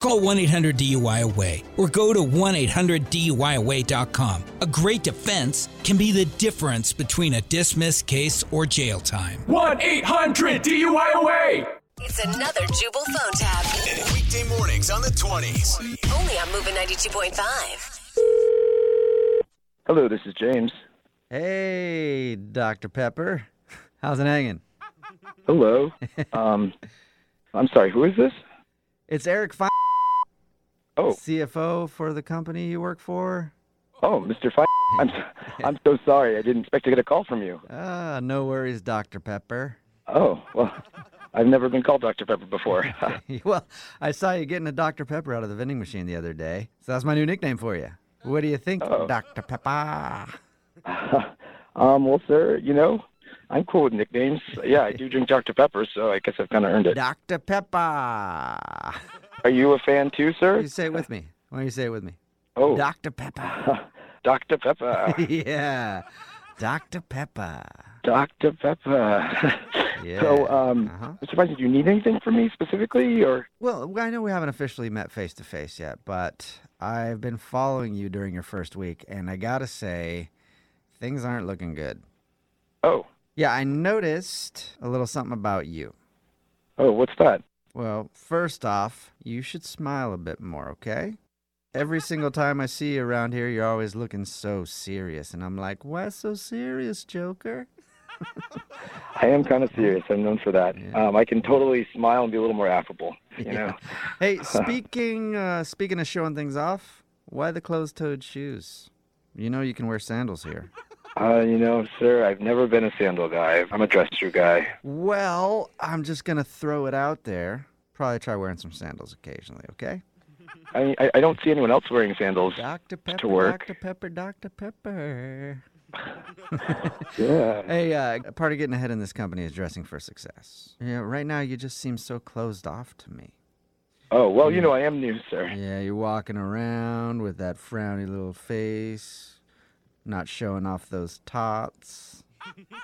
Call 1 800 DUI Away or go to 1 800 DUIAway.com. A great defense can be the difference between a dismissed case or jail time. 1 800 DUIOA! It's another Jubal phone tab. Weekday mornings on the 20s. Only on Moving 92.5. Hello, this is James. Hey, Dr. Pepper. How's it hanging? Hello. um, I'm sorry, who is this? It's Eric Fe- Oh, CFO for the company you work for. oh, Mr. Fi I'm, so- I'm so sorry. I didn't expect to get a call from you. Ah, no worries, Dr. Pepper. Oh, well, I've never been called Dr. Pepper before. well, I saw you getting a Dr. Pepper out of the vending machine the other day, so that's my new nickname for you. What do you think, Oh. Dr. Pepper? um, well, sir, you know, I'm cool with nicknames. Yeah, I do drink Dr. Pepper, so I guess I've kind of earned it. Dr. Pepper. Are you a fan too, sir? You say it with me. Why don't you say it with me? Oh, Dr. Pepper. Dr. Pepper. yeah. Dr. Pepper. Dr. Pepper. Yeah. So, um, Uh-huh. Mr. Feinstein, do you need anything from me specifically, or? Well, I know we haven't officially met face to face yet, but I've been following you during your first week, and I gotta say, things aren't looking good. Oh, Yeah, I noticed a little something about you. oh, what's that? Well, first off, you should smile a bit more, okay? Every single time I see you around here, you're always looking so serious, and I'm like, why so serious, Joker? I am kind of serious. I'm known for that. Um, I can totally smile and be a little more affable. You know, Hey, speaking uh, speaking of showing things off, why the closed-toed shoes? You know you can wear sandals here. uh, you know, sir, I've never been a sandal guy. I'm a dress shoe guy. Well, I'm just gonna throw it out there. Probably try wearing some sandals occasionally, okay? I mean, I, I don't see anyone else wearing sandals. Dr. Pepper, work. Dr. Pepper, Dr. Pepper. Yeah. Hey, uh, part of getting ahead in this company is dressing for success. Yeah, right now you just seem so closed off to me. Oh well, Mm. you know, I am new, sir. Yeah, you're walking around with that frowny little face, not showing off those tots.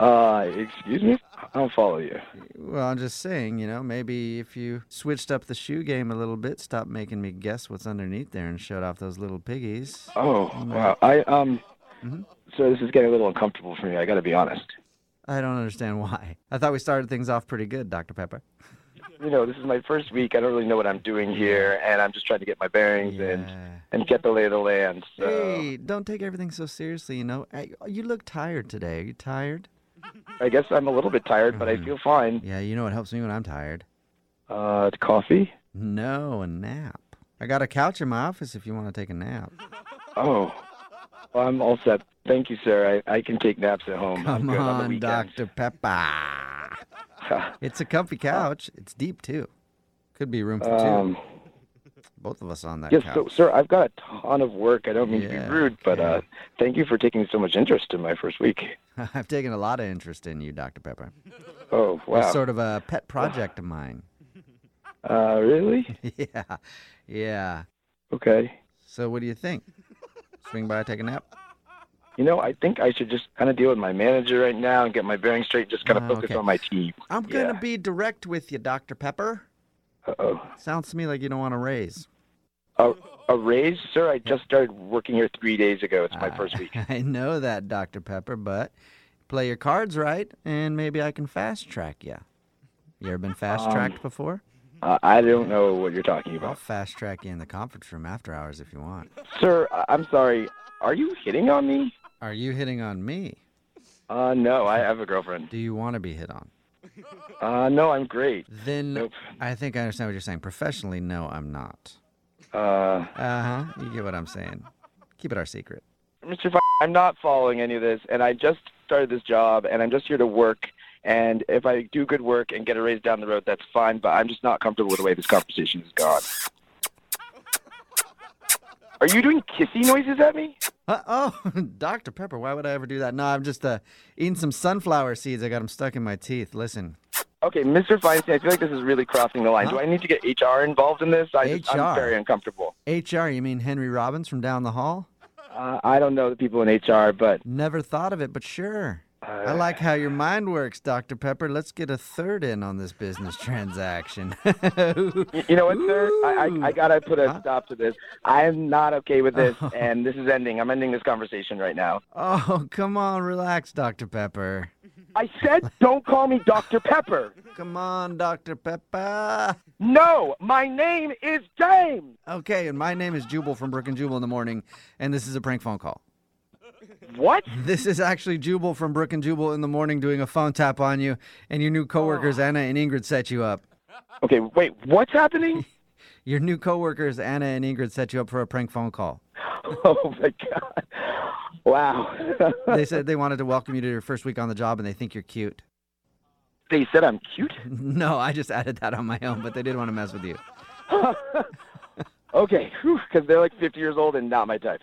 Uh, excuse me. I don't follow you. Well, I'm just saying, you know, maybe if you switched up the shoe game a little bit, stop making me guess what's underneath there and showed off those little piggies. Oh wow. I um. Mm-hmm. So this is getting a little uncomfortable for me. I got to be honest. I don't understand why. I thought we started things off pretty good, Dr. Pepper. You know, this is my first week. I don't really know what I'm doing here, and I'm just trying to get my bearings Yeah. and and get the lay of the land. So. Hey, don't take everything so seriously, you know. Hey, You look tired today. Are you tired? I guess I'm a little bit tired, but I Uh-huh. feel fine. Yeah, you know what helps me when I'm tired? Uh, coffee? No, a nap. I got a couch in my office if you want to take a nap. Oh, Well, I'm all set. Thank you, sir. I, I can take naps at home. I'm Come good on, the on, weekends. Dr. Pepper. it's a comfy couch. It's deep, too. Could be room for Um, two. Both of us on that yes, couch. so, sir, I've got a ton of work. I don't mean to Yeah, be rude, but okay. uh, thank you for taking so much interest in my first week. I've taken a lot of interest in you, Dr. Pepper. Oh, It's wow. sort of a pet project of mine. Uh, really? yeah. Yeah. Okay. So what do you think? Swing by, take a nap. You know, I think I should just kind of deal with my manager right now and get my bearings straight. Just kind of Ah, focus okay. on my team. I'm gonna Yeah. be direct with you, Dr. Pepper. Uh-oh. Sounds to me like you don't want to raise. A, a raise, sir? I just started working here three days ago. It's my Ah. first week. I know that, Dr. Pepper, but play your cards right, and maybe I can fast track you. You ever been Um, fast tracked before? Uh, I don't know what you're talking I'll about. fast track you in the conference room after hours if you want. Sir, I- I'm sorry. Are you hitting on me? Are you hitting on me? Uh, no, I have a girlfriend. Do you want to be hit on? Uh, no, I'm great. Then Nope. I think I understand what you're saying. Professionally, no, I'm not. Uh, Uh huh. You get what I'm saying. Keep it our secret. Mr. F- I'm not following any of this, and I just started this job, and I'm just here to work. And if I do good work and get a raise down the road, that's fine. But I'm just not comfortable with the way this conversation has gone. Are you doing kissy noises at me? Uh, oh, Dr. Pepper, why would I ever do that? No, I'm just uh, eating some sunflower seeds. I got them stuck in my teeth. Listen, Okay, Mr. Feinstein, I feel like this is really crossing the line. Do I need to get HR involved in this? I just, HR? I'm very uncomfortable. HR, you mean Henry Robbins from down the hall? Uh, I don't know the people in HR, but Never thought of it, but sure. I like how your mind works, Dr. Pepper. Let's get a third in on this business transaction. Y- You know what, sir? I, I, I gotta put a Huh? stop to this. I am not okay with this, and this is ending. I'm ending this conversation right now. oh, come on, relax, Dr. Pepper. I said, don't call me Dr. Pepper. Come on, Dr. Pepper. No, my name is James. Okay, and my name is Jubal from Brook and Jubal in the morning, and this is a prank phone call. What? This is actually Jubal from Brook and Jubal in the morning doing a phone tap on you, and your new coworkers Anna and Ingrid set you up. Okay, wait, what's happening? Your new coworkers Anna and Ingrid set you up for a prank phone call. Oh my god. Wow. They said they wanted to welcome you to your first week on the job, and they think you're cute. they said I'm cute? No, I just added that on my own, but they did want to mess with you. Okay, because they're like 50 years old and not my type.